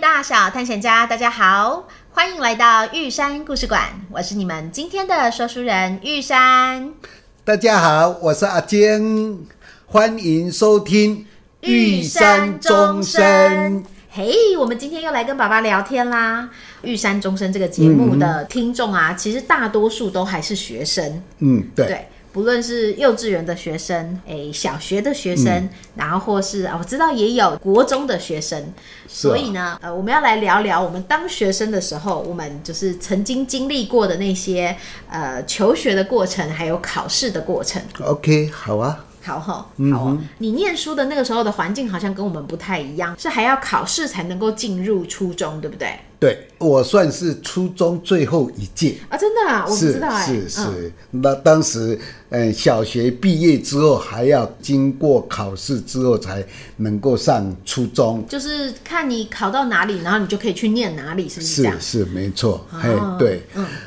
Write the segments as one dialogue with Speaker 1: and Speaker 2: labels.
Speaker 1: 大小探险家，大家好，欢迎来到玉山故事馆，我是你们今天的说书人玉山。
Speaker 2: 大家好，我是阿坚，欢迎收听
Speaker 1: 身。嘿我们今天又来跟爸爸聊天啦。玉山终身这个节目的听众啊，其实大多数都还是学生，
Speaker 2: 嗯，对，
Speaker 1: 对，不论是幼稚园的学生，诶，小学的学生，
Speaker 2: 嗯
Speaker 1: 然后或是啊，我知道也有国中的学生，
Speaker 2: 是啊
Speaker 1: 所以呢，呃，我们要来聊聊我们当学生的时候，我们就是曾经经历过的那些呃求学的过程，还有考试的过程。
Speaker 2: OK，好啊。
Speaker 1: 好吼，好哦。你念书的那个时候的环境好像跟我们不太一样，是还要考试才能够进入初中，对不对？
Speaker 2: 对我算是初中最后一届，
Speaker 1: 啊，真的啊，我不
Speaker 2: 是
Speaker 1: 知道哎、
Speaker 2: 是是、
Speaker 1: 嗯
Speaker 2: 那当时，嗯，小学毕业之后还要经过考试之后才能够上初中，
Speaker 1: 就是看你考到哪里，然后你就可以去念哪里，是不是啊哦嗯这样？
Speaker 2: 是没错，嘿，对，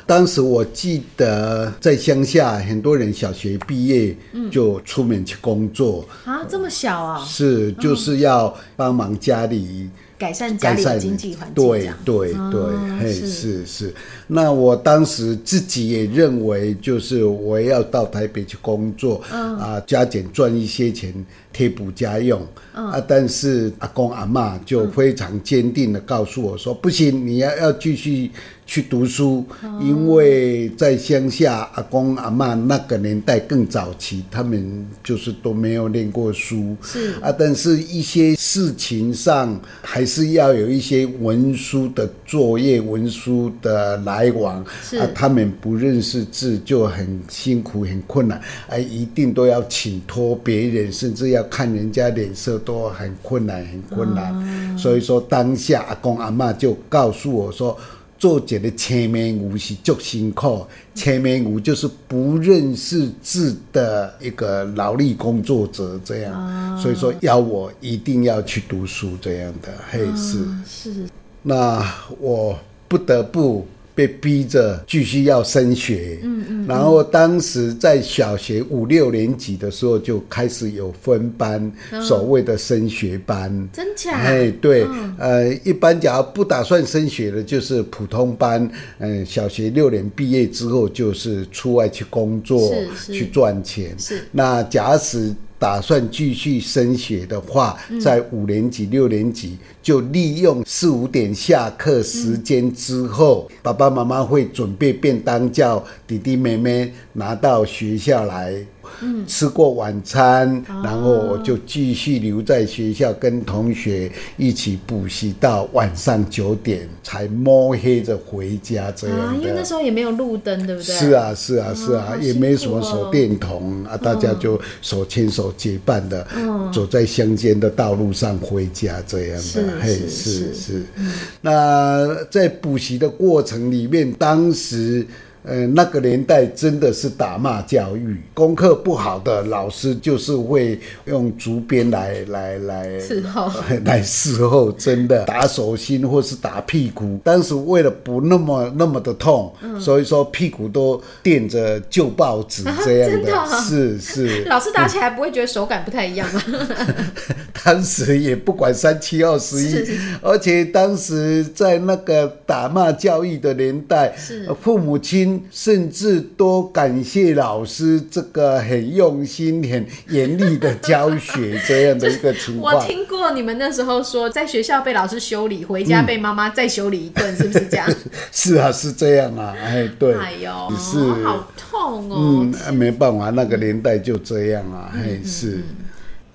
Speaker 2: 当时我记得在乡下，很多人小学毕业
Speaker 1: 嗯
Speaker 2: 就出门去工作，
Speaker 1: 啊，这么小啊，
Speaker 2: 是就是要帮忙家里
Speaker 1: 改善家
Speaker 2: 改
Speaker 1: 里的
Speaker 2: 善
Speaker 1: 经济环境，这
Speaker 2: 对
Speaker 1: 样。
Speaker 2: 对
Speaker 1: 哦
Speaker 2: 对，嘿，
Speaker 1: 是
Speaker 2: 是是。那我当时自己也认为，就是我要到台北去工作，
Speaker 1: 嗯
Speaker 2: 啊，加减赚一些钱贴补家用，
Speaker 1: 嗯
Speaker 2: 啊，但是阿公阿妈就非常坚定的告诉我说，不行，你要要继续去读书，
Speaker 1: 哦
Speaker 2: 因为在乡下阿公阿妈那个年代更早期，他们就是都没有念过书，
Speaker 1: 是
Speaker 2: 啊，但是一些事情上还是要有一些文书的作业、文书的来往
Speaker 1: 是
Speaker 2: 啊，他们不认识字就很辛苦、很困难，啊，一定都要请托别人，甚至要看人家脸色都很困难、很困难。所以说，当下阿公阿嬷就告诉我说。做一个青面牛是足辛苦，青面牛就是不认识字的一个劳力工作者这样，所以说要我一定要去读书这样的，嘿是。
Speaker 1: 是
Speaker 2: 那我不得不被逼着继续要升学，嗯嗯，然后当时在小学五六年级的时候就开始有分班，所谓的升学班，
Speaker 1: 嗯真假？嗯
Speaker 2: 哎，对，呃，一般假如不打算升学的，就是普通班，嗯、小学六年毕业之后就是出外去工作
Speaker 1: 是，是
Speaker 2: 去赚钱。
Speaker 1: 是
Speaker 2: 那假使打算继续升学的话，
Speaker 1: 嗯
Speaker 2: 在五年级、六年级就利用四五点下课时间之后，爸爸妈妈会准备便当，叫弟弟妹妹拿到学校来。
Speaker 1: 嗯
Speaker 2: 吃过晚餐，
Speaker 1: 啊
Speaker 2: 然后我就继续留在学校跟同学一起补习到晚上九点，才摸黑着回家这样的。
Speaker 1: 啊，因为那时候也没有路灯，对不对？
Speaker 2: 是，啊，是啊，是啊，
Speaker 1: 好
Speaker 2: 也
Speaker 1: 辛
Speaker 2: 没
Speaker 1: 苦
Speaker 2: 什么手
Speaker 1: 哦
Speaker 2: 电筒、啊，大家就手牵手结伴的、走在乡间的道路上回家这样
Speaker 1: 嗯是
Speaker 2: 的，嘿，
Speaker 1: 是是
Speaker 2: 是是。那在补习的过程里面，当时。呃，那个年代真的是打骂教育，功课不好的老师就是会用竹鞭来来来
Speaker 1: 伺候
Speaker 2: 来伺候，真的打手心或是打屁股。当时为了不那么那么的痛，
Speaker 1: 嗯
Speaker 2: 所以说屁股都垫着旧报纸这样
Speaker 1: 真的啊
Speaker 2: 是是。
Speaker 1: 老师打起来不会觉得手感不太一样吗？
Speaker 2: 嗯 当时也不管三七二十一
Speaker 1: 是是，
Speaker 2: 而且当时在那个打骂教育的年代
Speaker 1: 是，
Speaker 2: 呃父母亲甚至多感谢老师这个很用心、很严厉的教学这样的一个情
Speaker 1: 我
Speaker 2: 况。
Speaker 1: 听过你们那时候说，在学校被老师修
Speaker 2: 嗯
Speaker 1: 理，回家被妈妈再修理一顿，是不是这样？
Speaker 2: 是啊，是这样啊，哎， 对，
Speaker 1: 哎呦，
Speaker 2: 是
Speaker 1: 好痛哦！嗯
Speaker 2: 嗯，没办法，那个年代就这样啊，嘿，是。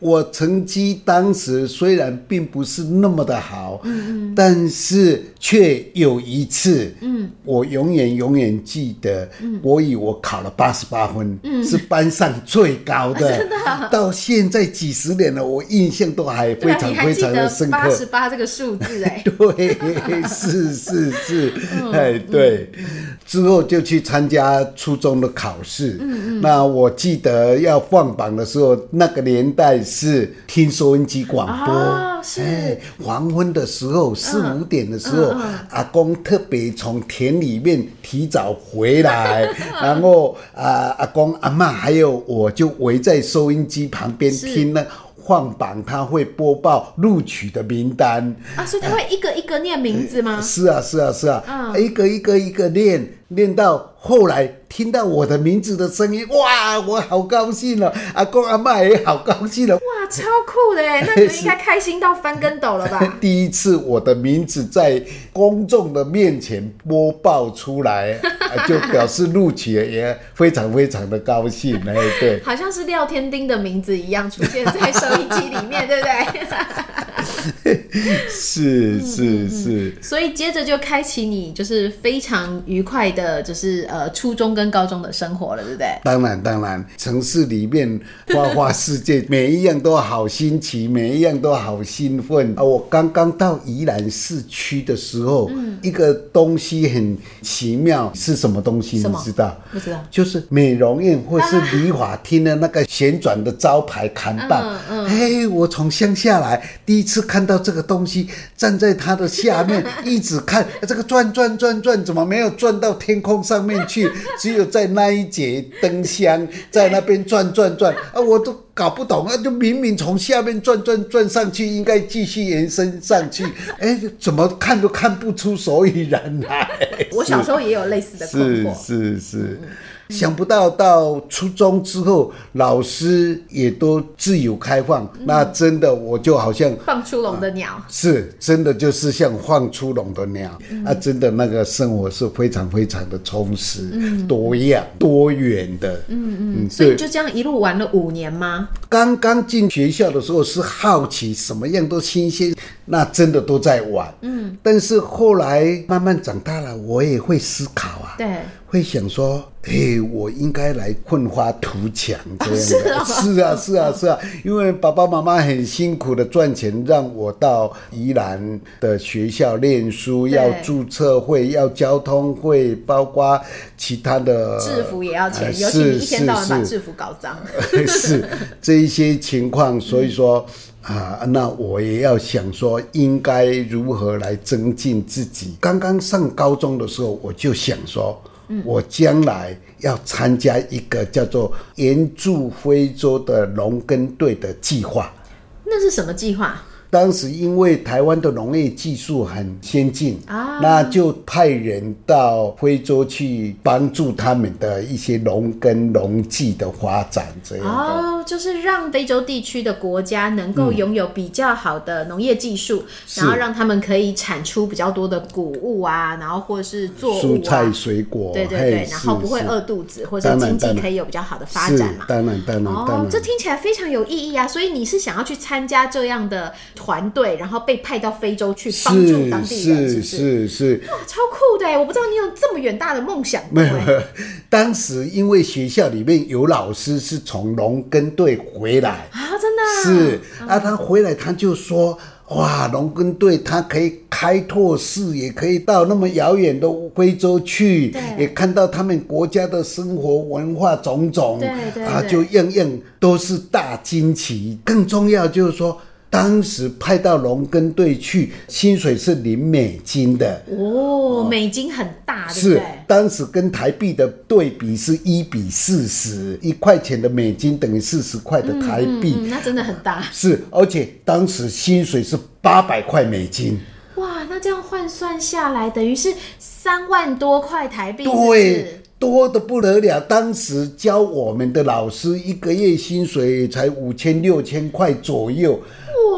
Speaker 2: 我成绩当时虽然并不是那么的好，嗯但是却有一次，嗯，我永远永远记得，
Speaker 1: 嗯
Speaker 2: 国语我考了八十八分，嗯，是班上最高的，
Speaker 1: 啊
Speaker 2: 真的、到现在几十年了，我印象都还非
Speaker 1: 对啊，
Speaker 2: 常
Speaker 1: 你还
Speaker 2: 非
Speaker 1: 记
Speaker 2: 常
Speaker 1: 得
Speaker 2: 的深刻。？
Speaker 1: 八十八这个数字哎
Speaker 2: 对，是是是，哎，对。之后就去参加初中的考试。嗯嗯。那我记得要放榜的时候，那个年代是听收音机广播。
Speaker 1: 哦是
Speaker 2: 哎黄昏的时候，四五点的时候，阿公特别从田里面提早回来，然后啊、阿公阿妈还有我就围在收音机旁边
Speaker 1: 是
Speaker 2: 听那。放榜，它会播报录取的名单。
Speaker 1: 啊，所以他会一个一个念名字 吗？
Speaker 2: 是啊，是啊，是啊，
Speaker 1: 嗯
Speaker 2: 一个一个一个练，练到后来听到我的名字的声音，哇，我好高兴了，阿公阿妈也好高兴啊了。？
Speaker 1: 哇，超酷的哎耶！那你们应该开心到翻跟斗了吧
Speaker 2: 第一次我的名字在公众的面前播报出来，啊就表示录取了，也非常非常的高兴。哎，对，
Speaker 1: 好像是廖天丁的名字一样出现在收音机里面，对不对？
Speaker 2: 是是是，
Speaker 1: 所以接着就开启你就是非常愉快的，就是呃初中跟高中的生活了，对不对？
Speaker 2: 当然当然，城市里面花花世界，每一样都好新奇，每一样都好兴奋啊！我刚刚到宜兰市区的时候，
Speaker 1: 嗯
Speaker 2: 一个东西很奇妙，是什么东西？
Speaker 1: 什
Speaker 2: 你
Speaker 1: 么
Speaker 2: 知道？
Speaker 1: 不知道。
Speaker 2: 就是美容院或是理发厅的那个旋转的招牌砍棒
Speaker 1: 嗯，嗯
Speaker 2: 嘿，我从乡下来，第一次看到这个东西，站在它的下面一直看，这个转转转转，怎么没有转到天空上面 去？只有在那一节灯箱在那边转转转啊，我都。搞不懂啊！就明明从下面转转转上去，应该继续延伸上去，哎，怎么看都看不出所以然来。
Speaker 1: 我小时候也有类似的困惑。
Speaker 2: 是是是，想不到到初中之后，老师也都自由开放，那真的我就好像。
Speaker 1: 放出笼的鸟，
Speaker 2: 是，真的就是像放出笼的鸟、啊！真的那个生活是非常非常的充实、多样、多元的。嗯嗯，
Speaker 1: 所以
Speaker 2: 对
Speaker 1: 你。就这样一路玩了五年吗？
Speaker 2: 刚刚进学校的时候是好奇，什么样都新鲜，那真的都在玩。嗯，但是后来慢慢长大了，我也会思考啊。
Speaker 1: 对，
Speaker 2: 会想说，嘿，我应该来奋发图强这样的。
Speaker 1: 哦 是
Speaker 2: 是啊，是啊，是啊，因为爸爸妈妈很辛苦的赚钱，让我到宜兰的学校念书，
Speaker 1: 对
Speaker 2: 要注册会，要交通会，包括其他的
Speaker 1: 制服也要钱
Speaker 2: 呃，
Speaker 1: 尤其你一
Speaker 2: 是
Speaker 1: 天到晚把
Speaker 2: 是
Speaker 1: 制服搞脏。
Speaker 2: 是这一些情
Speaker 1: 嗯
Speaker 2: 况，所以说啊，那我也要想说应该如何来增进自己。刚刚上高中的时候，我就想说，
Speaker 1: 嗯
Speaker 2: 我将来要参加一个叫做“援助非洲”的农耕队的计划。
Speaker 1: 那是什么计划？
Speaker 2: 当时因为台湾的农业技术很先进
Speaker 1: 啊
Speaker 2: 那就派人到非洲去帮助他们的一些农耕农技的发展，这样的。
Speaker 1: 哦，就是让非洲地区的国家能够拥有比较好的农业技术，
Speaker 2: 嗯是
Speaker 1: 然后让他们可以产出比较多的谷物啊，然后或者是作物
Speaker 2: 蔬菜
Speaker 1: 啊，
Speaker 2: 水果，
Speaker 1: 对对
Speaker 2: 嘿
Speaker 1: 对，然后
Speaker 2: 是
Speaker 1: 不会
Speaker 2: 是
Speaker 1: 饿肚子，或者
Speaker 2: 当然
Speaker 1: 经济
Speaker 2: 当然
Speaker 1: 可以有比较好的发展嘛
Speaker 2: 是。当然当然当然。
Speaker 1: 哦，这听起来非常有意义啊！所以你是想要去参加这样的团队，然后被派到非洲去帮助当地人，是
Speaker 2: 是
Speaker 1: 不是？
Speaker 2: 是是，
Speaker 1: 哇，超酷的耶！我不知道你有这么远大的梦想过哎
Speaker 2: 没
Speaker 1: 耶。
Speaker 2: 有。当时因为学校里面有老师是从农耕队回来，
Speaker 1: 啊，真的啊、
Speaker 2: 是啊，他回来他就说。哇，农耕队他可以开拓视野，可以到那么遥远的非洲去
Speaker 1: 对，
Speaker 2: 也看到他们国家的生活文化种种，
Speaker 1: 对对
Speaker 2: 啊，
Speaker 1: 对
Speaker 2: 就样样都是大惊奇。更重要就是说，当时派到农耕队去，薪水是零美金的，
Speaker 1: 哦，美金很大，啊对不
Speaker 2: 是
Speaker 1: 对？
Speaker 2: 当时跟台币的对比是一比四十，一块钱的美金等于四十块的台币。
Speaker 1: 嗯，那真的很大
Speaker 2: 是，而且当时薪水是八百块美金，
Speaker 1: 哇！那这样换算下来，等于是三万多块台币，是不
Speaker 2: 对
Speaker 1: 是？，
Speaker 2: 多的不得了。当时教我们的老师一个月薪水才五千六千块左右，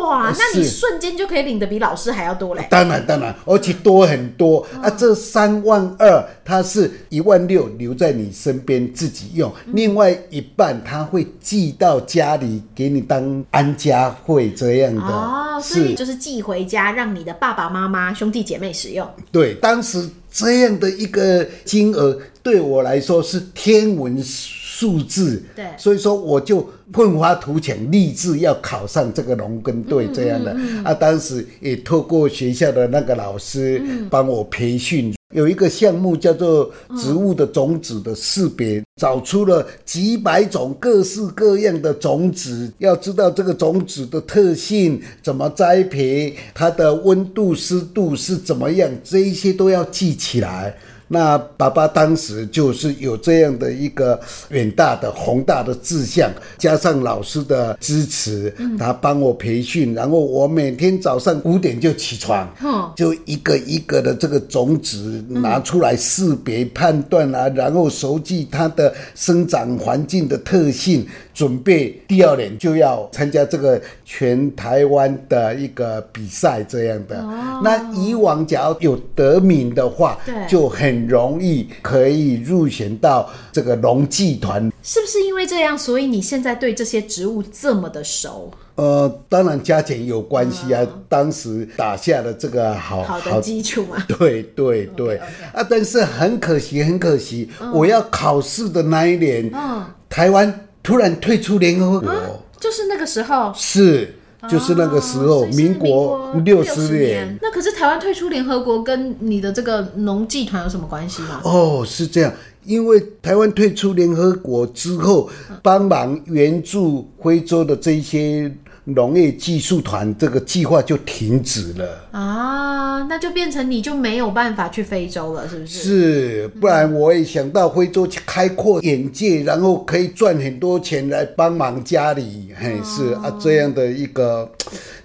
Speaker 1: 哇，那你
Speaker 2: 呃是
Speaker 1: 瞬间就可以领的比老师还要多嘞！
Speaker 2: 当然当然，而且多很多
Speaker 1: 嗯
Speaker 2: 啊。这三万二，它是一万六留在你身边自己用，
Speaker 1: 嗯
Speaker 2: 另外一半他会寄到家里给你当安家费这样呃的。
Speaker 1: 哦，所以就是寄回家，让你的爸爸妈妈、兄弟姐妹使用。
Speaker 2: 对，当时这样的一个金额对我来说是天文数字，
Speaker 1: 对
Speaker 2: 所以说我就奋发图强，立志要考上这个农耕队这样的、啊。当时也透过学校的那个老师帮我培训。有一个项目叫做植物的种子的识别，找出了几百种各式各样的种子。要知道这个种子的特性，怎么栽培，它的温度、湿度是怎么样，这一些都要记起来。那爸爸当时就是有这样的一个远大的宏大的志向，加上老师的支持，他帮我培训，然后我每天早上五点就起床，
Speaker 1: 哼
Speaker 2: 就一个一个的这个种子拿出来识别判断啊，然后熟记它的生长环境的特性，准备第二年就要参加这个全台湾的一个比赛这样的。那以往只要有得名的话
Speaker 1: 对，
Speaker 2: 就很容易可以入选到这个农技团
Speaker 1: 是不是因为这样，所以你现在对这些植物这么的熟？
Speaker 2: 呃，当然加减有关系啊，当时打下了这个哦好
Speaker 1: 好的基础嘛。
Speaker 2: 对对对
Speaker 1: OK，OK
Speaker 2: 啊！但是很可惜，很可惜，我要考试的那一年，
Speaker 1: 嗯啊
Speaker 2: 台湾突然退出联合国，
Speaker 1: 就是那个时候，
Speaker 2: 是就是那个时候，
Speaker 1: 哦所以是民
Speaker 2: 国
Speaker 1: 六
Speaker 2: 十
Speaker 1: 年。那可是台湾退出联合国，跟你的这个农技团有什么关系吗？
Speaker 2: 哦，是这样，因为台湾退出联合国之后，
Speaker 1: 嗯
Speaker 2: 帮忙援助非洲的这些农业技术团，这个计划就停止了。
Speaker 1: 啊，那就变成你就没有办法去非洲了，是不是？
Speaker 2: 是，不然我也想到非洲去开阔眼界，然后可以赚很多钱来帮忙家里，嘿，
Speaker 1: 哦
Speaker 2: 是啊，这样的一个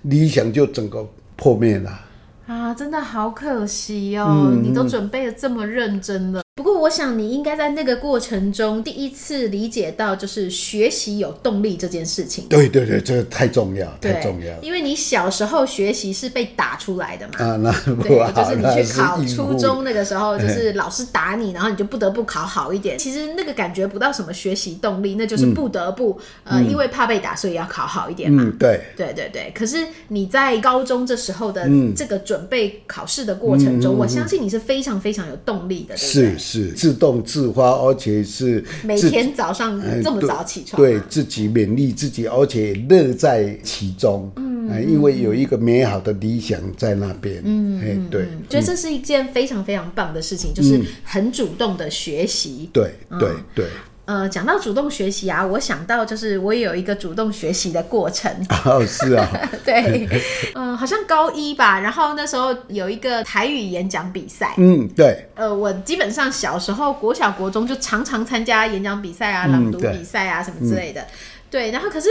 Speaker 2: 理想就整个破灭了。
Speaker 1: 啊，真的好可惜哦，
Speaker 2: 嗯
Speaker 1: 你都准备的这么认真了。不过，我想你应该在那个过程中第一次理解到，就是学习有动力这件事情。
Speaker 2: 对对对，这个太重要，太
Speaker 1: 对
Speaker 2: 重要，了
Speaker 1: 因为你小时候学习是被打出来 的嘛。
Speaker 2: 啊！那不
Speaker 1: 对，就
Speaker 2: 好，
Speaker 1: 是
Speaker 2: 那
Speaker 1: 你去考
Speaker 2: 义务
Speaker 1: 初中那个时候，就是老师打你，然后你就不得不考好一
Speaker 2: 嗯
Speaker 1: 点。其实那个感觉不到什么学习动力，那就是不得不、呃，因为怕被打，所以要考好一点嘛。
Speaker 2: 嗯，对，
Speaker 1: 对对对，可是你在高中这时候的
Speaker 2: 嗯
Speaker 1: 这个准备考试的过程中，我相信你是非常非常有动力的，对不对
Speaker 2: 是是自动自发，而且是
Speaker 1: 每
Speaker 2: 自
Speaker 1: 天早上
Speaker 2: 哎
Speaker 1: 这么
Speaker 2: 对
Speaker 1: 早起床、啊嗯
Speaker 2: 对，自己勉励自己，而且乐在其中。嗯，因为有一个美好的理想在那边。嗯，哎，对，
Speaker 1: 觉得这是一件非常非常棒的事情，就是
Speaker 2: 嗯
Speaker 1: 很主动的学习。
Speaker 2: 对，对，对。
Speaker 1: 呃，讲到主动学习啊，我想到就是我也有一个主动学习的过程，
Speaker 2: 哦，是啊，
Speaker 1: 对，嗯、好像高一吧，然后那时候有一个台语演讲比赛。
Speaker 2: 嗯，对，
Speaker 1: 呃，我基本上小时候国小国中就常常参加演讲比赛啊、
Speaker 2: 嗯
Speaker 1: 朗读
Speaker 2: 对嗯
Speaker 1: 比赛啊什么之类的。对，然后可是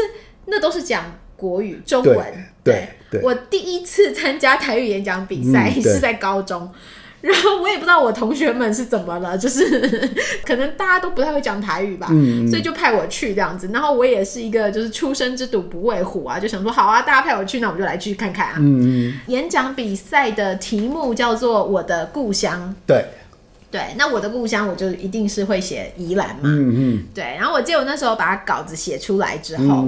Speaker 1: 那都是讲国语、中
Speaker 2: 对
Speaker 1: 文。
Speaker 2: 对对
Speaker 1: 我第一次参加台语演讲比赛、
Speaker 2: 嗯对
Speaker 1: 是在高中。然后我也不知道我同学们是怎么了，就是 可能大家都不太会讲台语吧，
Speaker 2: 嗯
Speaker 1: 所以就派我去这样子。然后我也是一个就是初生之犊不畏虎啊，就想说好啊，大家派我去，那我就来去看看啊。
Speaker 2: 嗯，
Speaker 1: 演讲比赛的题目叫做《我的故乡》，
Speaker 2: 对，
Speaker 1: 对，那我的故乡我就一定是会写宜兰嘛。
Speaker 2: 嗯嗯，
Speaker 1: 对，然后我记得我那时候把稿子写出来之后，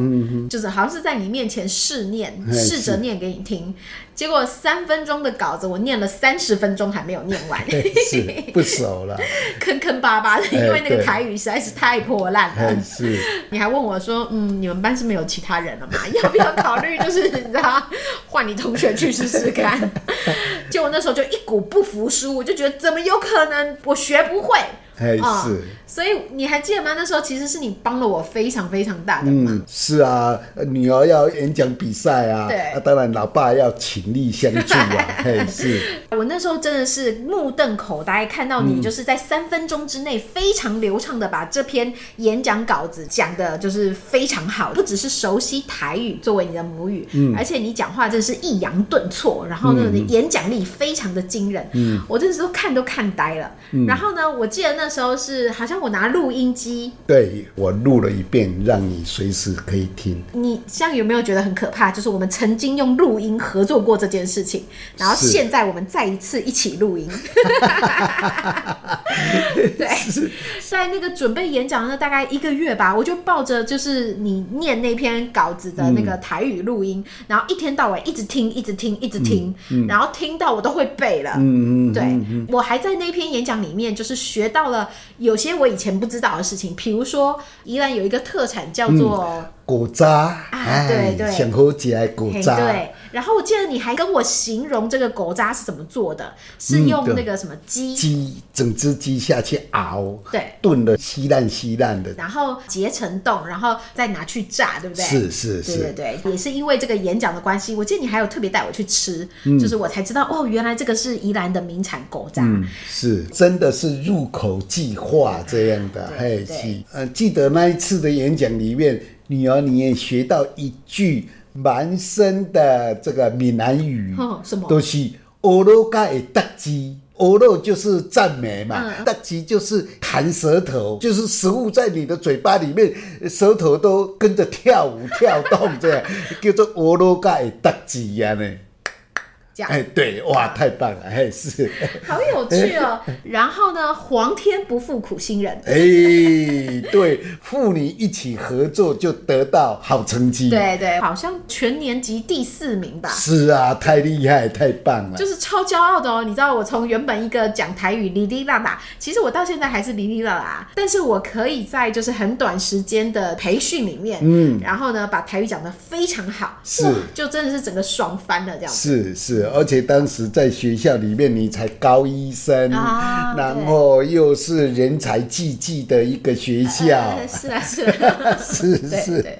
Speaker 1: 就是好像是在你面前试念，
Speaker 2: 嗯哎
Speaker 1: 试着
Speaker 2: 是
Speaker 1: 念给你听。结果三分钟的稿子，我念了三十分钟还没有念完，
Speaker 2: 嘿 嗯 是不熟了，
Speaker 1: 坑坑巴巴的，因为那个
Speaker 2: 对
Speaker 1: 台语实在是太破烂了。
Speaker 2: 哎是，
Speaker 1: 你还问我说，嗯，你们班是没有其他人了吗？ 要不要考虑就是你知道换你同学去试试看？ 结果那时候就一股不服输，我就觉得怎么有可能我学不会？
Speaker 2: 哎
Speaker 1: 啊
Speaker 2: 是。
Speaker 1: 所以你还记得吗？那时候其实是你帮了我非常非常大的忙。
Speaker 2: 嗯，是啊，呃女儿要演讲比赛啊，
Speaker 1: 对
Speaker 2: 啊，当然老爸要倾力相助 啊，嘿，是，
Speaker 1: 我那时候真的是目瞪口呆，看到你就是在三分钟之内非常流畅的把这篇演讲稿子讲的，就是非常好，不只是熟悉台语作为你的母语，而且你讲话真是抑扬顿挫，然后呢，你演讲力非常的惊人，我真的是都看都看呆了。然后呢，我记得那时候是好像我拿录音机，
Speaker 2: 对我录了一遍，让你随时可以听。
Speaker 1: 你像有没有觉得很可怕？就是我们曾经用录音合作过这件事情，然后
Speaker 2: 是
Speaker 1: 现在我们再一次一起录 音。对，在那个准备演讲的那大概一个月吧，我就抱着就是你念那篇稿子的那个台语录音，然后一天到晚一直听，一直听，一直听，然后听到我都会背了。
Speaker 2: 嗯嗯，
Speaker 1: 对，我还在那篇演讲里面，就是学到了有些我以前不知道的事情，比如说宜兰有一个特产叫做
Speaker 2: 果渣，
Speaker 1: 对
Speaker 2: 哎，
Speaker 1: 啊对
Speaker 2: 想喝起来果
Speaker 1: 嘿
Speaker 2: 渣，
Speaker 1: 对，然后我记得你还跟我形容这个狗渣是怎么做的，是
Speaker 2: 嗯
Speaker 1: 用
Speaker 2: 对
Speaker 1: 那个什么鸡，
Speaker 2: 鸡整只鸡下去熬，
Speaker 1: 对
Speaker 2: 炖的稀烂稀烂的，
Speaker 1: 然后结成冻，然后再拿去炸，对不对？
Speaker 2: 是是
Speaker 1: 对对
Speaker 2: 是，
Speaker 1: 对，也是因为这个演讲的关系，我记得你还有特别带我去吃，就是我才知道哦，原来这个是宜兰的名产狗渣。
Speaker 2: 嗯，是真的是入口即化这样的，
Speaker 1: 对
Speaker 2: 嘿，
Speaker 1: 对
Speaker 2: 是，呃，记得那一次的演讲里面，女儿你也学到一句蛮深的这个闽南语，
Speaker 1: 哦什么
Speaker 2: 都是欧罗加的德基。欧肉就是赞美嘛，
Speaker 1: 嗯
Speaker 2: 德基就是弹舌头，就是食物在你的嘴巴里面，舌头都跟着跳舞跳动，这样叫做欧罗加的德基呀呢。
Speaker 1: 这样
Speaker 2: 啊哎，对，哇，太棒了，哎是。
Speaker 1: 好有趣哦！然后呢，皇天不负苦心人，
Speaker 2: 哎、对，妇女一起合作就得到好成绩。，
Speaker 1: 对啊对，好像全年级第四名吧。
Speaker 2: 是啊，太厉害，太棒了
Speaker 1: 就。是超骄傲的哦，你知道我从原本一个讲台语哩哩啦啦，其实我到现在还是哩哩啦啦，但是我可以在就是很短时间的培训里面，嗯，然后呢把台语讲得非常好，
Speaker 2: 是
Speaker 1: 哇就真的是整个爽翻了这样子。
Speaker 2: 是是，而且当时在学校里面，你才高一生，
Speaker 1: 啊对
Speaker 2: 然后又是人才济济的一个学校，
Speaker 1: 呃 是啊，是啊，
Speaker 2: 是
Speaker 1: 对
Speaker 2: 是
Speaker 1: 对。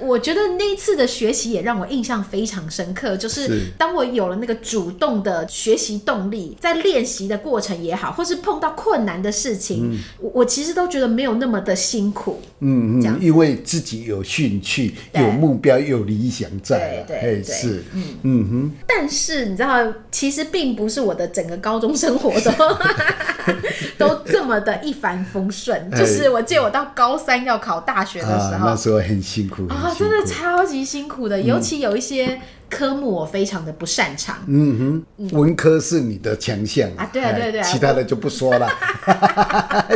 Speaker 1: 我觉得那一次的学习也让我印象非常深刻，就是
Speaker 2: 是
Speaker 1: 当我有了那个主动的学习动力，在练习的过程也好，或是碰到困难的事情，我我其实都觉得没有那么的辛苦。
Speaker 2: 嗯
Speaker 1: 这样
Speaker 2: 嗯，因为自己有兴趣、
Speaker 1: 对
Speaker 2: 有目标、有理想在
Speaker 1: 对
Speaker 2: 了，
Speaker 1: 对
Speaker 2: 嘿
Speaker 1: 对嗯
Speaker 2: 是，
Speaker 1: 但是你知道，其实并不是我的整个高中生活 都都这么的一帆风顺。
Speaker 2: 哎
Speaker 1: 就是我记得我到高三要考大学的时
Speaker 2: 啊，
Speaker 1: 候，
Speaker 2: 那时候很辛苦，嗯很
Speaker 1: 啊、
Speaker 2: 辛
Speaker 1: 真
Speaker 2: 苦
Speaker 1: 的超级辛苦的，尤其有一些科目我非常的不擅长。
Speaker 2: 嗯哼，文科是你的强项
Speaker 1: 啊对啊对啊
Speaker 2: 哎
Speaker 1: 对啊
Speaker 2: 其他的就不说 了。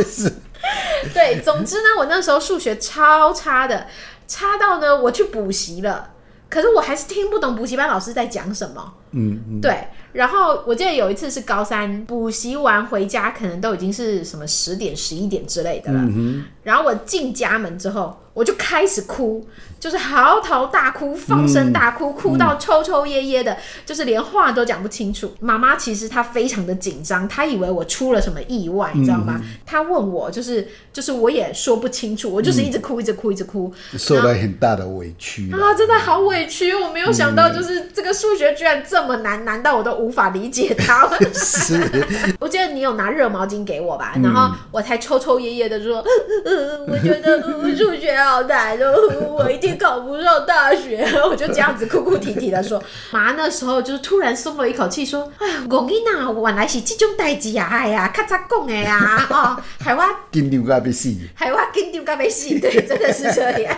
Speaker 2: 是，
Speaker 1: 对，总之呢，我那时候数学超差的，差到呢我去补习了，可是我还是听不懂补习班老师在讲什么。
Speaker 2: 嗯嗯，
Speaker 1: 对，然后我记得有一次是高三补习完回家，可能都已经是什么十点、十一点之类的了。然后我进家门之后，我就开始哭，就是嚎啕大哭、放声大哭，哭到抽抽噎噎的，就是连话都讲不清楚。妈妈其实她非常的紧张，她以为我出了什么意外，你知道吗？她问我，就是就是我也说不清楚，我就是一直哭，一直哭，一直哭。
Speaker 2: 受了很大的委 屈了。
Speaker 1: 啊，真的好委屈！我没有想到，就是这个数学居然这么难，难到我都无法理解它。
Speaker 2: 是，
Speaker 1: 我记得你有拿热毛巾给我吧，然后我才抽抽噎噎的说、呃呃，我觉得、呃、数学好难哦，我一定考不上大学。 我就这样子哭哭啼啼的说。妈那时候就是突然松了一口气，说：“哎呀，我囡呐，原来是这种代志啊！哎呀，咔嚓讲的呀、啊，哦， 害我
Speaker 2: 金牛咖啡死。
Speaker 1: 海蛙跟丢咖啡戏， 对，真的是这样。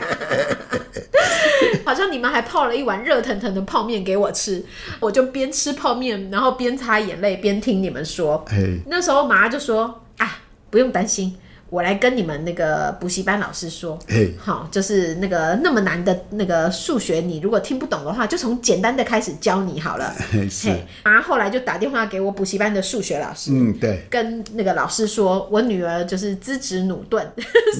Speaker 1: 好像你们还泡了一碗热腾腾的泡面给我吃，我就边吃泡面，然后边擦眼泪，边听你们说。
Speaker 2: 哎，
Speaker 1: 那时候妈就说：“啊，不用担心，我来跟你们那个补习班老师说
Speaker 2: 嘿，
Speaker 1: 好，就是那个那么难的那个数学，你如果听不懂的话，就从简单的开始教你好了。”
Speaker 2: 嘿是，
Speaker 1: 嘿，妈后来就打电话给我补习班的数学老师，
Speaker 2: 嗯， 对，
Speaker 1: 跟那个老师说，我女儿就是资质努顿，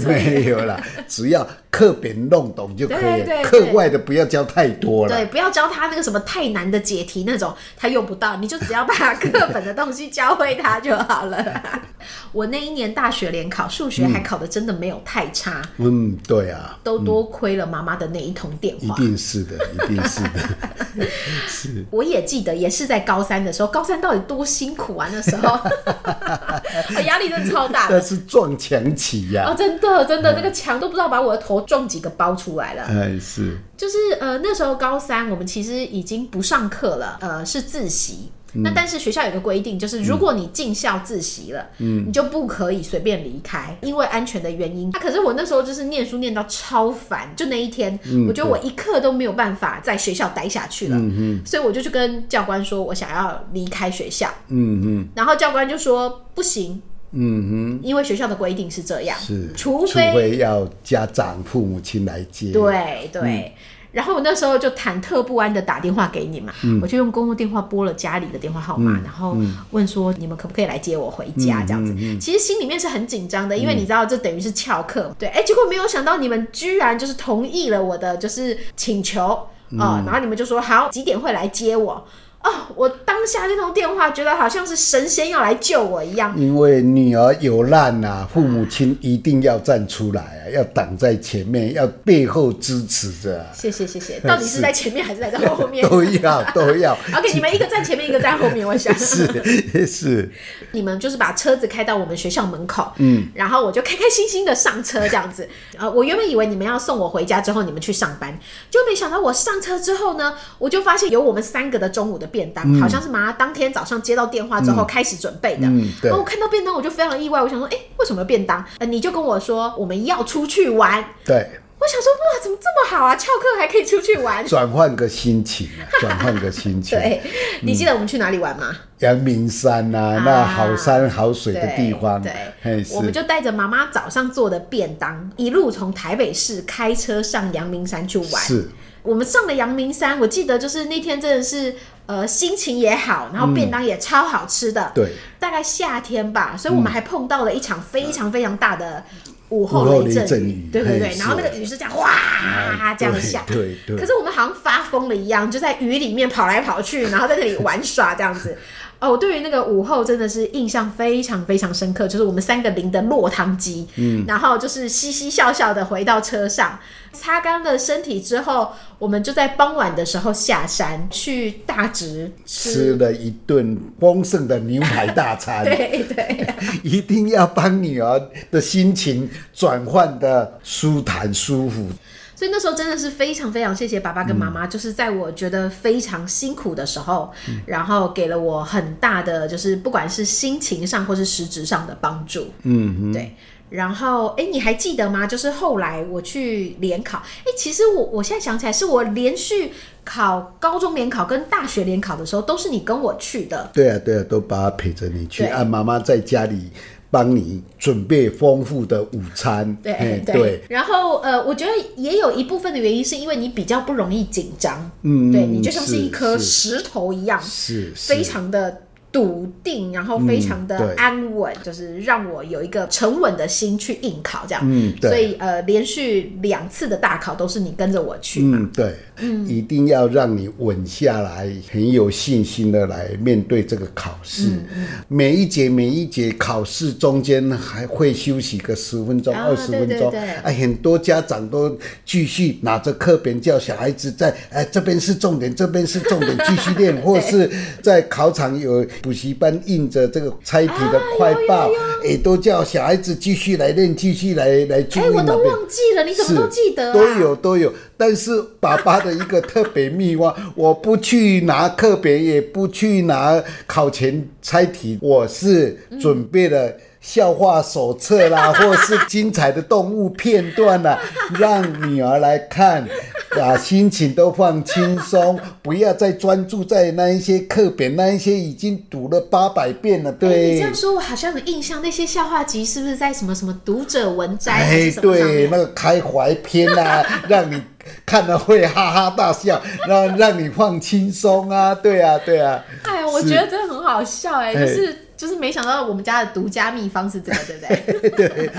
Speaker 2: 没有啦，只要课本弄懂就可以
Speaker 1: 对对对
Speaker 2: 了，课外的不要教太多
Speaker 1: 对，
Speaker 2: 了。
Speaker 1: 不要教她那个什么太难的解题那种，她用不到，你就只要把 课本的东西教会她就好了。 我那一年大学联考，数学还考的真的没有太差，
Speaker 2: 嗯，对啊，
Speaker 1: 都多亏了妈妈的那一通电
Speaker 2: 一
Speaker 1: 话。
Speaker 2: 定是的，一定是的。 是，
Speaker 1: 我也记得，也是在高三的时候，高三到底多辛苦啊！那时候， 哦压力真的超 大的
Speaker 2: 但。是撞墙起
Speaker 1: 哦，
Speaker 2: 呀，
Speaker 1: 真的，真的，那个墙都不知道把我的头撞几个包出来了。
Speaker 2: 哎是，
Speaker 1: 就是呃那时候高三，我们其实已经不上课了，呃是自习。那但是学校有个规定，就是如果你进校自习了，嗯，你就不可以随便离开，因为安全的原因。啊、可是我那时候就是念书念到超烦，就那一天，我觉得我一刻都没有办法在学校待下去了，嗯、所以我就去跟教官说我想要离开学校，
Speaker 2: 嗯嗯
Speaker 1: 然后教官就说不行，
Speaker 2: 嗯
Speaker 1: 因为学校的规定是这样，
Speaker 2: 嗯，是，
Speaker 1: 除
Speaker 2: 除
Speaker 1: 非
Speaker 2: 非要家长父母亲来接。
Speaker 1: 对对。然后我那时候就忐忑不安的打电话给你嘛，我就用公共电话拨了家里的电话号码，然后问说你们可不可以来接我回家这样子。其实心里面是很紧张的，因为你知道这等于是翘课，对，哎，结果没有想到你们居然就是同意了我的就是请求哦、然后你们就说好几点会来接我。哦，我当下那通电话觉得好像是神仙要来救我一样，
Speaker 2: 因为女儿有难呐、啊，父母亲一定要站出来啊，要挡在前面，要背后支持着、啊，
Speaker 1: 谢谢谢谢，到底是在前面还是在后面？
Speaker 2: 都要都要，
Speaker 1: OK，你们一个站前面，一个站后面，我想
Speaker 2: 是 是，
Speaker 1: 你们就是把车子开到我们学校门口，嗯，然后我就开开心心的上车这样子。呃，我原本以为你们要送我回家之后你们去上班，就没想到我上车之后呢，我就发现有我们三个的中午的便当，好像是妈当天早上接到电话之后开始准备的。
Speaker 2: 嗯对
Speaker 1: 然后我看到便当我就非常意外，我想说，哎，为什么有便当？呃，你就跟我说我们要出去玩。
Speaker 2: 对，
Speaker 1: 我想说，哇，怎么这么好啊？翘课还可以出去玩。
Speaker 2: 转换个心情啊，转换个心情。
Speaker 1: 对，你记得我们去哪里玩吗？
Speaker 2: 阳明山呐、
Speaker 1: 啊
Speaker 2: 那好山好水的
Speaker 1: 对
Speaker 2: 地方，
Speaker 1: 对，
Speaker 2: 嘿
Speaker 1: 我们
Speaker 2: 是。
Speaker 1: 就带着妈妈早上做的便当，一路从台北市开车上阳明山去玩。
Speaker 2: 是，
Speaker 1: 我们上了阳明山，我记得就是那天真的是，呃，心情也好，然后便当也超好吃的。
Speaker 2: 对，
Speaker 1: 大概夏天吧，所以
Speaker 2: 嗯
Speaker 1: 我们还碰到了一场非常非常大的午
Speaker 2: 午后
Speaker 1: 后雷
Speaker 2: 雷
Speaker 1: 阵
Speaker 2: 阵
Speaker 1: 雨
Speaker 2: 雨，
Speaker 1: 对对
Speaker 2: 嘿
Speaker 1: 对，
Speaker 2: 是哎
Speaker 1: 然后那个雨是这样哗这样下，
Speaker 2: 对对对
Speaker 1: 可是我们好像发疯了一样，就在雨里面跑来跑去，然后在那里玩耍这样子。 哦，我对于那个午后真的是印象非常非常深刻，就是我们三个淋的落汤鸡，嗯，然后就是嘻嘻笑笑的回到车上，擦干了身体之后，我们就在傍晚的时候下山去大直
Speaker 2: 吃
Speaker 1: 吃，
Speaker 2: 了一顿丰盛的牛排大餐，
Speaker 1: 对对。
Speaker 2: 一定要帮女儿的心情转换的舒坦舒服。
Speaker 1: 所以那时候真的是非常非常谢谢爸爸跟妈
Speaker 2: 嗯
Speaker 1: 妈，就是在我觉得非常辛苦的时候，然后给了我很大的，就是不管是心情上或是实质上的帮助。
Speaker 2: 嗯，
Speaker 1: 对。然后，哎，你还记得吗？就是后来我去联考，哎，其实我我现在想起来，是我连续考高中联考跟大学联考的时候，都是你跟我去的。
Speaker 2: 对啊对啊，都把她陪着你去，
Speaker 1: 对
Speaker 2: 啊，妈妈在家里帮你准备丰富的午餐。
Speaker 1: 对
Speaker 2: 嘿
Speaker 1: 对然后呃，我觉得也有一部分的原因是因为你比较不容易紧张，
Speaker 2: 嗯
Speaker 1: 对你就像是
Speaker 2: 是
Speaker 1: 一颗
Speaker 2: 是
Speaker 1: 石头一样，
Speaker 2: 是是
Speaker 1: 非常的笃定，然后非常
Speaker 2: 嗯
Speaker 1: 的
Speaker 2: 对
Speaker 1: 安稳，就是让我有一个沉稳的心去应考这样。
Speaker 2: 嗯对
Speaker 1: 所以呃，连续两次的大考都是你跟着我去嘛。
Speaker 2: 嗯，对，一定要让你稳下来，很有信心的来面对这个考试。
Speaker 1: 嗯
Speaker 2: 每一节每一节考试中间还会休息个十分钟、
Speaker 1: 啊
Speaker 2: 二十、分钟，
Speaker 1: 对对对
Speaker 2: 哎，很多家长都继续拿着课本叫小孩子在，哎，这边是重点，这边是重点，继续练，或是在考场有补习班印着这个猜题
Speaker 1: 啊
Speaker 2: 的快报，也都叫小孩子继续来练，继续来来注
Speaker 1: 哎、
Speaker 2: 意
Speaker 1: 我
Speaker 2: 哪
Speaker 1: 都
Speaker 2: 边。
Speaker 1: 忘记了，你怎么
Speaker 2: 是
Speaker 1: 都记得、啊？
Speaker 2: 都有都有，但是爸爸的一个特别秘方， 我不去拿课本，也不去拿考前猜题，我是准备了。笑话手册啦，或是精彩的动物片段 啦，让女儿来看，把心情都放轻松，不要再专注在那一些课本，那一些已经读了八百遍了。
Speaker 1: 哎
Speaker 2: 对，
Speaker 1: 你这样说，我好像有印象，那些笑话集是不是在什么什么读者文摘还
Speaker 2: 哎
Speaker 1: 是，什么上
Speaker 2: 对，
Speaker 1: 面？
Speaker 2: 那个开怀篇啊， 让你看了会哈哈大笑，让让你放轻松啊，对啊，对啊，
Speaker 1: 哎呀，我觉得真的很好笑哎、
Speaker 2: 哎
Speaker 1: 就是就是没想到我们家的独家秘方是这个，对不对？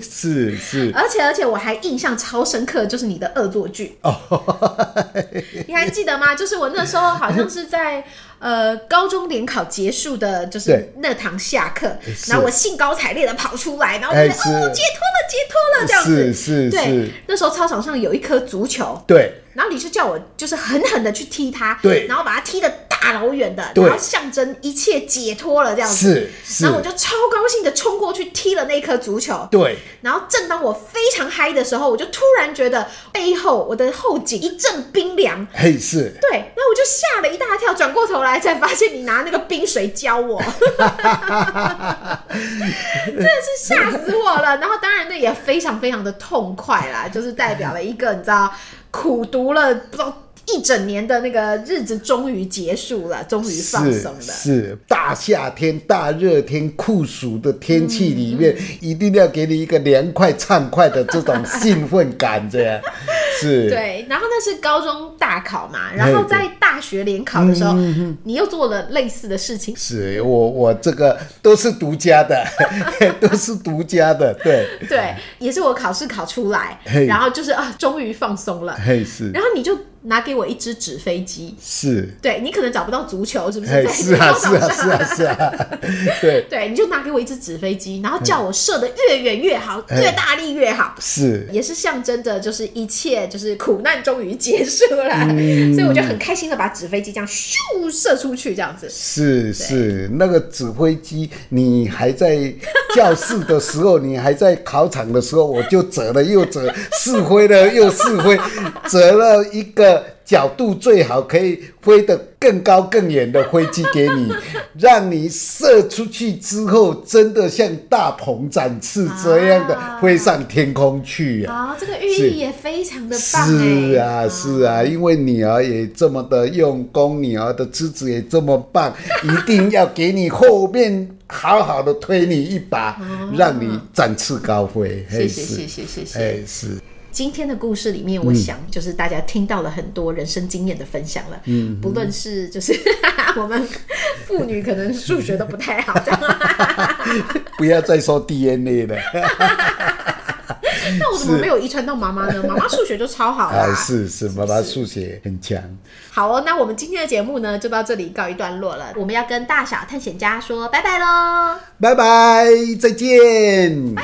Speaker 2: 是是，
Speaker 1: 而且而且我还印象超深刻，就是你的恶作剧。
Speaker 2: 哦
Speaker 1: 你还记得吗？就是我那时候好像是 在呃高中联考结束的，就是
Speaker 2: 对
Speaker 1: 那堂下课
Speaker 2: 哎，是
Speaker 1: 然后我兴高采烈的跑出来，然后我
Speaker 2: 哎
Speaker 1: 觉得
Speaker 2: 是
Speaker 1: 哦解脱了，解脱了这样
Speaker 2: 是
Speaker 1: 子。
Speaker 2: 是
Speaker 1: 对
Speaker 2: 是，，
Speaker 1: 那时候操场上有一颗足球，
Speaker 2: 对
Speaker 1: 然后你就叫我就是狠狠的去踢它，
Speaker 2: 对
Speaker 1: 然后把它踢得大老远的，
Speaker 2: 对
Speaker 1: 然后象征一切解脱了这样子。
Speaker 2: 是是
Speaker 1: 然，后我就超高兴的冲过去踢了那颗足球，
Speaker 2: 对，
Speaker 1: 然后正当我非常嗨的时候，我就突然觉得背后我的后颈一阵冰凉。
Speaker 2: 嘿是。
Speaker 1: 对，那我就吓了一大跳，转过头来才发现你拿那个冰水浇我， 真的是吓死我了。然后当然那也非常非常的痛快啦，就是代表了一个你知道苦读了不知道一整年的那个日子终于结束了，终于放
Speaker 2: 是
Speaker 1: 松了。
Speaker 2: 是，大夏天、大热天、酷暑的天气
Speaker 1: 嗯
Speaker 2: 里面，一定要给你一个凉快、畅快的这种兴奋感，这样 是，
Speaker 1: 对，然后那是高中大考嘛，然后在大学联考的时
Speaker 2: 嗯
Speaker 1: 候，你又做了类似的事情。
Speaker 2: 是我我这个都是独家的， 都是独家的，对，
Speaker 1: 对，也是我考试考出来
Speaker 2: 嘿，
Speaker 1: 然后就是啊，终于放松了。
Speaker 2: 嘿是
Speaker 1: 然后你就拿给我一只纸飞机，
Speaker 2: 是，
Speaker 1: 对你可能找不到足球，是不是？
Speaker 2: 嘿
Speaker 1: 在
Speaker 2: 是啊
Speaker 1: 操
Speaker 2: 是
Speaker 1: 场
Speaker 2: 啊
Speaker 1: 上
Speaker 2: 是啊是啊，对
Speaker 1: 对，你就拿给我一只纸飞机，然后叫我射的越远越好，
Speaker 2: 哎
Speaker 1: 越大力越好。
Speaker 2: 是
Speaker 1: 也是象征着，就是一切就是苦难终于结束了，
Speaker 2: 嗯
Speaker 1: 所以我就很开心的把纸飞机这样咻射出去，这样子。
Speaker 2: 是是，那个指挥机，你还在教室的时候，你还在考场的时候，我就折了又折，试挥了又试挥，折了一个角度最好可以挥得更高更远的挥机给你，让你射出去之后，真的像大鹏展翅这样的
Speaker 1: 啊
Speaker 2: 飞上天空去啊！
Speaker 1: 啊、这个寓
Speaker 2: 是
Speaker 1: 意也非常的棒哎、
Speaker 2: 是啊，是啊，因为女儿也这么的用功，女儿的资质也这么 棒，一定要给你后面好好的推你一把，让你展翅高飞。
Speaker 1: 哦谢
Speaker 2: 嘿
Speaker 1: 谢谢
Speaker 2: 是，
Speaker 1: 谢谢谢。
Speaker 2: 哎，是
Speaker 1: 今天的故事里面，我想就是大家听到了很多人生经验的分享了，嗯，不论是就是 我们妇女可能数学都不太好， 这样。
Speaker 2: 不要再说 DNA 了，
Speaker 1: 那我怎么没有遗传到妈妈呢？妈妈数学就超好啦、
Speaker 2: 啊，是是，妈妈数学很强，
Speaker 1: 好哦，那我们今天的节目呢，就到这里告一段落了。我们要跟大小探险家说拜拜喽。
Speaker 2: 拜拜，再见。